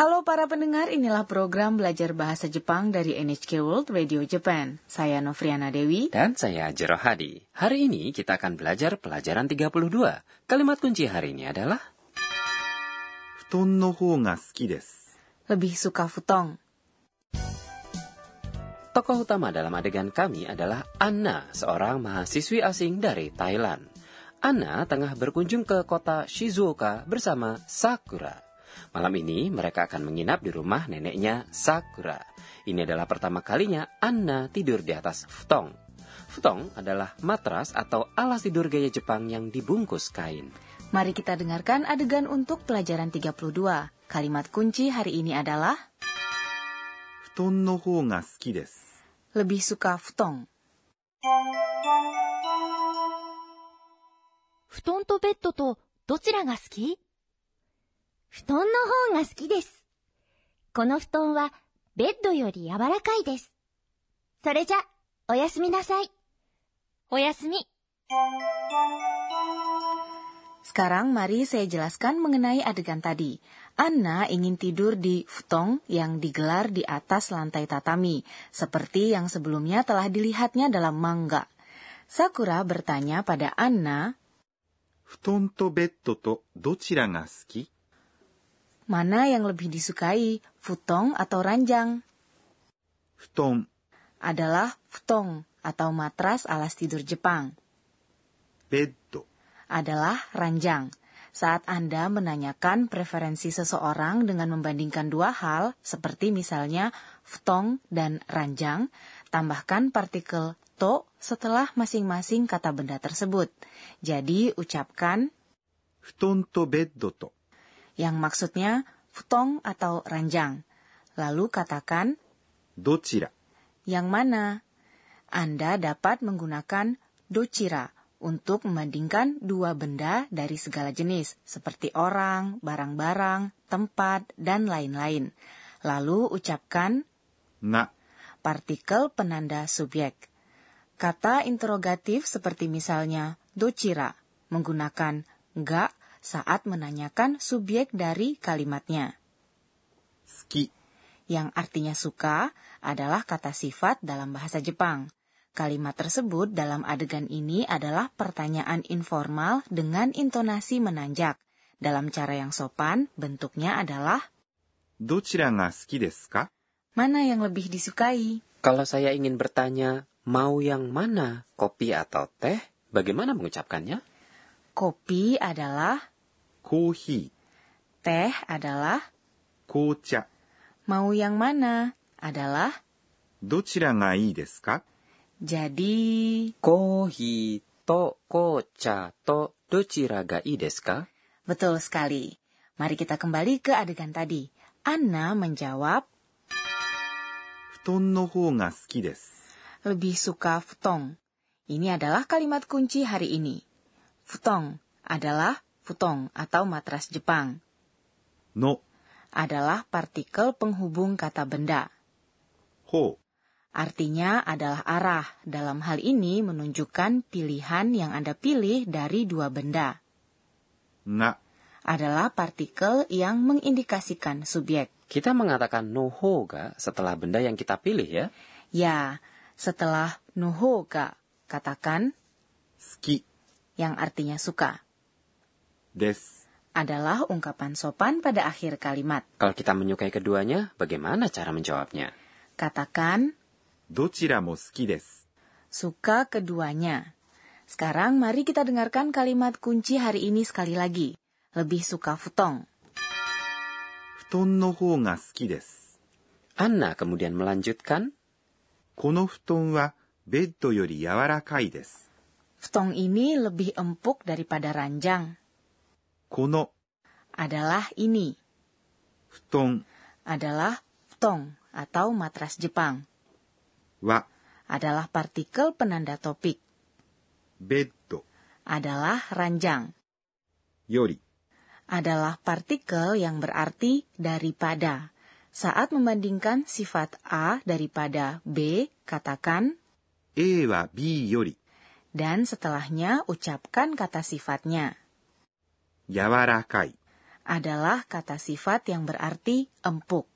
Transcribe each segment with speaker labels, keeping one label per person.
Speaker 1: Halo para pendengar, inilah program belajar bahasa Jepang dari NHK World Radio Japan. Saya Novriana Dewi.
Speaker 2: Dan saya Jero Hadi. Hari ini kita akan belajar pelajaran 32. Kalimat kunci hari ini adalah
Speaker 3: 布団の方が好きです。
Speaker 1: Lebih suka futong.
Speaker 2: Tokoh utama dalam adegan kami adalah Anna, seorang mahasiswi asing dari Thailand. Anna tengah berkunjung ke kota Shizuoka bersama Sakura. Malam ini mereka akan menginap di rumah neneknya Sakura. Ini adalah pertama kalinya Anna tidur di atas futong. Futong adalah matras atau alas tidur gaya Jepang yang dibungkus kain.
Speaker 1: Mari kita dengarkan adegan untuk pelajaran 32. Kalimat kunci hari ini adalah
Speaker 3: 布団の方が好きです。
Speaker 1: lebih suka futong.
Speaker 4: 布団とベッドとどちらが好き布団の方が好きです。この布団はベッドより柔らかいです。それじゃ、おやすみなさい。おやすみ。
Speaker 1: Sekarang mari saya jelaskan mengenai adegan tadi. Anna ingin tidur di futong yang digelar di atas lantai tatami, seperti yang sebelumnya telah dilihatnya dalam manga. Sakura bertanya pada Anna,
Speaker 3: 布団とベッドとどちらが好き
Speaker 1: mana yang lebih disukai, futong atau ranjang?
Speaker 3: 布団、
Speaker 1: Adalah futong atau matras alas tidur Jepang.
Speaker 3: ベッド、
Speaker 1: adalah ranjang. Saat Anda menanyakan preferensi seseorang dengan membandingkan dua hal, seperti misalnya futong dan ranjang, tambahkan partikel to setelah masing-masing kata benda tersebut. Jadi, ucapkan
Speaker 3: 布団とベッドと
Speaker 1: yang maksudnya futong atau ranjang. Lalu katakan
Speaker 3: どちら
Speaker 1: yang mana. Anda dapat menggunakan dochira untuk membandingkan dua benda dari segala jenis, seperti orang, barang-barang, tempat, dan lain-lain. Lalu ucapkan
Speaker 3: が
Speaker 1: partikel penanda subjek. Kata interrogatif seperti misalnya dochira menggunakan ga saat menanyakan subjek dari kalimatnya
Speaker 3: 好き、
Speaker 1: yang artinya suka adalah kata sifat dalam bahasa Jepang. Kalimat tersebut dalam adegan ini adalah pertanyaan informal dengan intonasi menanjak. Dalam cara yang sopan, bentuknya adalah
Speaker 3: どちらが好きですか
Speaker 1: mana yang lebih disukai?
Speaker 2: Kalau saya ingin bertanya, mau yang mana? Kopi atau teh? Bagaimana mengucapkannya?
Speaker 1: Kopi adalah,
Speaker 3: コーヒ
Speaker 1: teh adalah,
Speaker 3: ー、紅茶、
Speaker 1: mau yang mana adalah,
Speaker 3: どちらがいいですか
Speaker 1: jadi.
Speaker 2: Kohi to kocha to dochira ga ii desu ka?
Speaker 1: Betul sekali. Mari kita kembali ke adegan tadi. Anna menjawab,
Speaker 3: 布団の方が好きです。
Speaker 1: lebih suka futong. Ini adalah kalimat kunci hari ini. Futong adalah futong atau matras Jepang.
Speaker 3: の
Speaker 1: Adalah partikel penghubung kata benda.
Speaker 3: 方
Speaker 1: Artinya adalah arah. Dalam hal ini menunjukkan pilihan yang Anda pilih dari dua benda.
Speaker 3: が
Speaker 1: Adalah partikel yang mengindikasikan subjek.
Speaker 2: Kita mengatakan noho ga setelah benda yang kita pilih ya.
Speaker 1: Ya, setelah nuho ga, katakan
Speaker 3: 好き
Speaker 1: yang artinya suka.
Speaker 3: です。
Speaker 1: Adalah ungkapan sopan pada akhir kalimat.
Speaker 2: Kalau kita menyukai keduanya, bagaimana cara menjawabnya?
Speaker 1: Katakan
Speaker 3: どちらも好きです。
Speaker 1: suka keduanya. Sekarang mari kita dengarkan kalimat kunci hari ini sekali lagi. Lebih suka futong.
Speaker 3: 布団の方が好きです。
Speaker 2: Anna kemudian melanjutkan,
Speaker 3: この布団はベッドより柔らかいです。
Speaker 1: Futong ini lebih empuk daripada ranjang.
Speaker 3: この
Speaker 1: Adalah ini.
Speaker 3: 布団
Speaker 1: Adalah futong atau matras Jepang.
Speaker 3: は
Speaker 1: Adalah partikel penanda topik.
Speaker 3: ベッド
Speaker 1: Adalah ranjang.
Speaker 3: より
Speaker 1: Adalah partikel yang berarti daripada. Saat membandingkan sifat A daripada B, katakan
Speaker 3: A は B より
Speaker 1: dan setelahnya ucapkan kata sifatnya.
Speaker 3: 柔らかい、
Speaker 1: adalah kata sifat yang berarti empuk.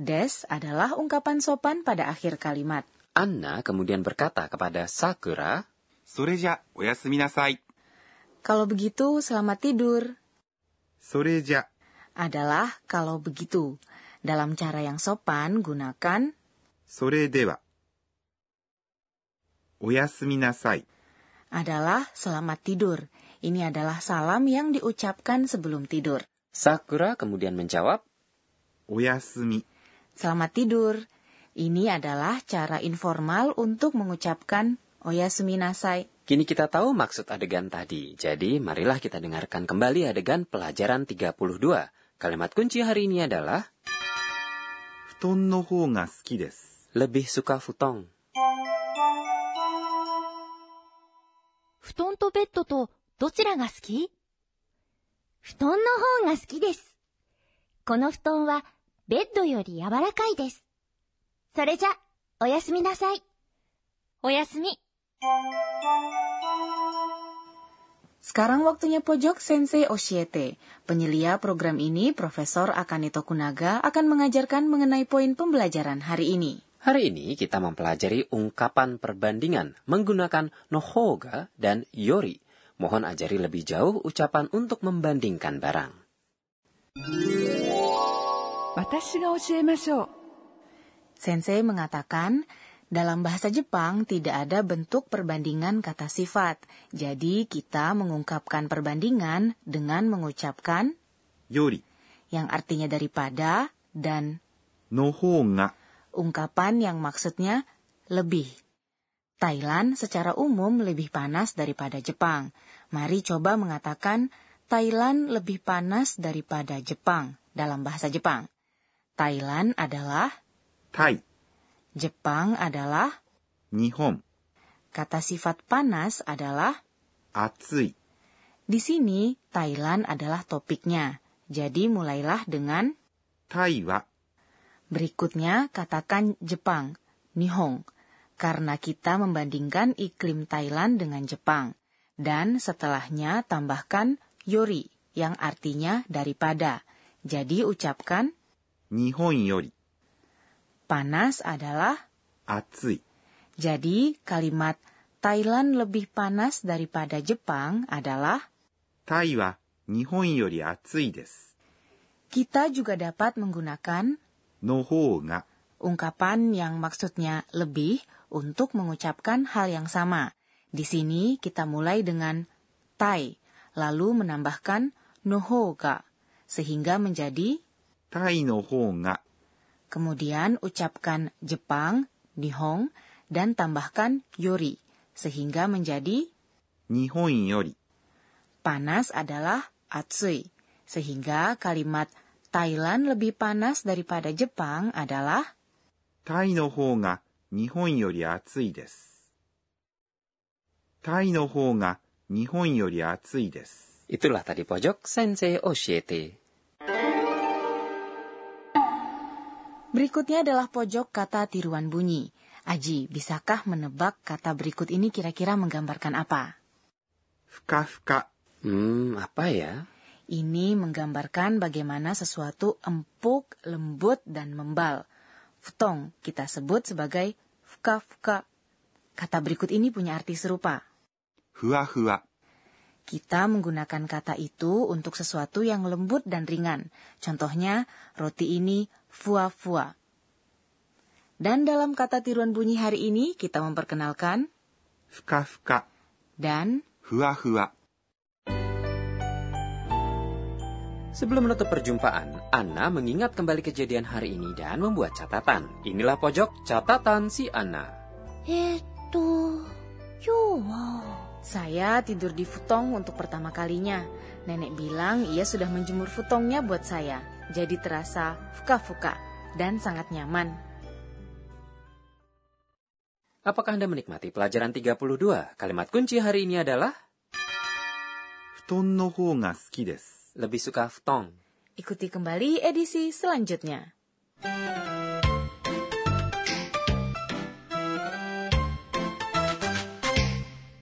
Speaker 1: Des adalah ungkapan sopan pada akhir kalimat.
Speaker 2: Anna kemudian berkata kepada Sakura,
Speaker 3: それじゃ、おやすみなさい。
Speaker 1: Kalau begitu, selamat tidur
Speaker 3: それじゃ、
Speaker 1: adalah kalau begitu. Dalam cara yang sopan, gunakan
Speaker 3: それでは。おやすみなさい。
Speaker 1: adalah selamat tidur. Ini adalah salam yang diucapkan sebelum tidur.
Speaker 2: Sakura kemudian menjawab,
Speaker 3: おやすみ。
Speaker 1: Selamat tidur. Ini adalah cara informal untuk mengucapkan oyasumi nasai.
Speaker 2: Kini kita tahu maksud adegan tadi, jadi marilah kita dengarkan kembali adegan pelajaran 32. Kalimat kunci hari ini adalah
Speaker 3: 布団の方が好きです。
Speaker 2: lebih suka futong.
Speaker 4: 布団とベッドとどちらが好き布団の方が好きです。この布団はベッドより柔らかいです。それじゃ、おやすみなさい。おやすみ。
Speaker 1: Sekarang waktunya pojok Sensei Oshiete. Penyelia program ini, Profesor Akane Tokunaga akan mengajarkan mengenai poin pembelajaran hari ini.
Speaker 2: Hari ini kita mempelajari ungkapan perbandingan menggunakan nohoga dan yori. Mohon ajari lebih jauh ucapan untuk membandingkan barang.
Speaker 5: 私が教えましょう
Speaker 1: Sensei mengatakan, dalam bahasa Jepang tidak ada bentuk perbandingan kata sifat. Jadi kita mengungkapkan perbandingan dengan mengucapkan
Speaker 3: より、
Speaker 1: yang artinya daripada dan
Speaker 3: の方が、
Speaker 1: ungkapan yang maksudnya lebih. Thailand secara umum lebih panas daripada Jepang. Mari coba mengatakan Thailand lebih panas daripada Jepang dalam bahasa Jepang. Thailand adalah
Speaker 3: タイ、
Speaker 1: Jepang adalah
Speaker 3: 日本、
Speaker 1: kata sifat panas adalah
Speaker 3: 暑い、
Speaker 1: di sini Thailand adalah topiknya. Jadi mulailah dengan
Speaker 3: タイは、
Speaker 1: Berikutnya katakan Jepang, Nihong, karena kita membandingkan iklim Thailand dengan Jepang. Dan setelahnya tambahkan Yori, yang artinya daripada. Jadi ucapkan
Speaker 3: 日本より、
Speaker 1: panas adalah,
Speaker 3: 暑い、
Speaker 1: jadi kalimat Thailand lebih panas daripada Jepang adalah
Speaker 3: タイは日本より暑いです。
Speaker 1: kita juga dapat menggunakan
Speaker 3: の方が、
Speaker 1: ungkapan yang maksudnya lebih untuk mengucapkan hal yang sama. Di sini kita mulai dengan tai, lalu menambahkan nohoga, sehingga menjadi
Speaker 3: タイの方が、
Speaker 1: kemudian ucapkan Jepang, Nihong, dan tambahkan yori, sehingga menjadi
Speaker 3: 日本より、
Speaker 1: panas adalah atsui, sehingga kalimat Thailand lebih panas daripada Jepang adalah
Speaker 3: タイの方が日本より暑いです。タイの方が日本より暑いです。
Speaker 2: Itulah tadi pojok Sensei Oshiete.
Speaker 1: Berikutnya adalah pojok kata tiruan bunyi. Aji, bisakah menebak kata berikut ini kira-kira menggambarkan apa?
Speaker 3: ふかふか、
Speaker 2: Hmm, apa ya?
Speaker 1: Ini menggambarkan bagaimana sesuatu empuk, lembut, dan membal. Futong kita sebut sebagai fuka-fuka. Kata berikut ini punya arti serupa.
Speaker 3: ふわふわ、
Speaker 1: Kita menggunakan kata itu untuk sesuatu yang lembut dan ringan. Contohnya, roti ini fua-fua. Dan dalam kata tiruan bunyi hari ini, kita memperkenalkan
Speaker 3: ふかふか、
Speaker 1: dan
Speaker 3: ふわふわ。
Speaker 2: Sebelum menutup perjumpaan, Anna mengingat kembali kejadian hari ini dan membuat catatan. Inilah pojok catatan si Anna.
Speaker 4: えー、っと、今日は、
Speaker 1: Saya tidur di futong untuk pertama kalinya. Nenek bilang ia sudah menjemur futongnya buat saya. Jadi terasa fuka-fuka dan sangat nyaman.
Speaker 2: Apakah Anda menikmati pelajaran 32? Kalimat kunci hari ini adalah
Speaker 3: 布団の方が好きです。
Speaker 2: lebih suka futong.
Speaker 1: Ikuti kembali edisi selanjutnya.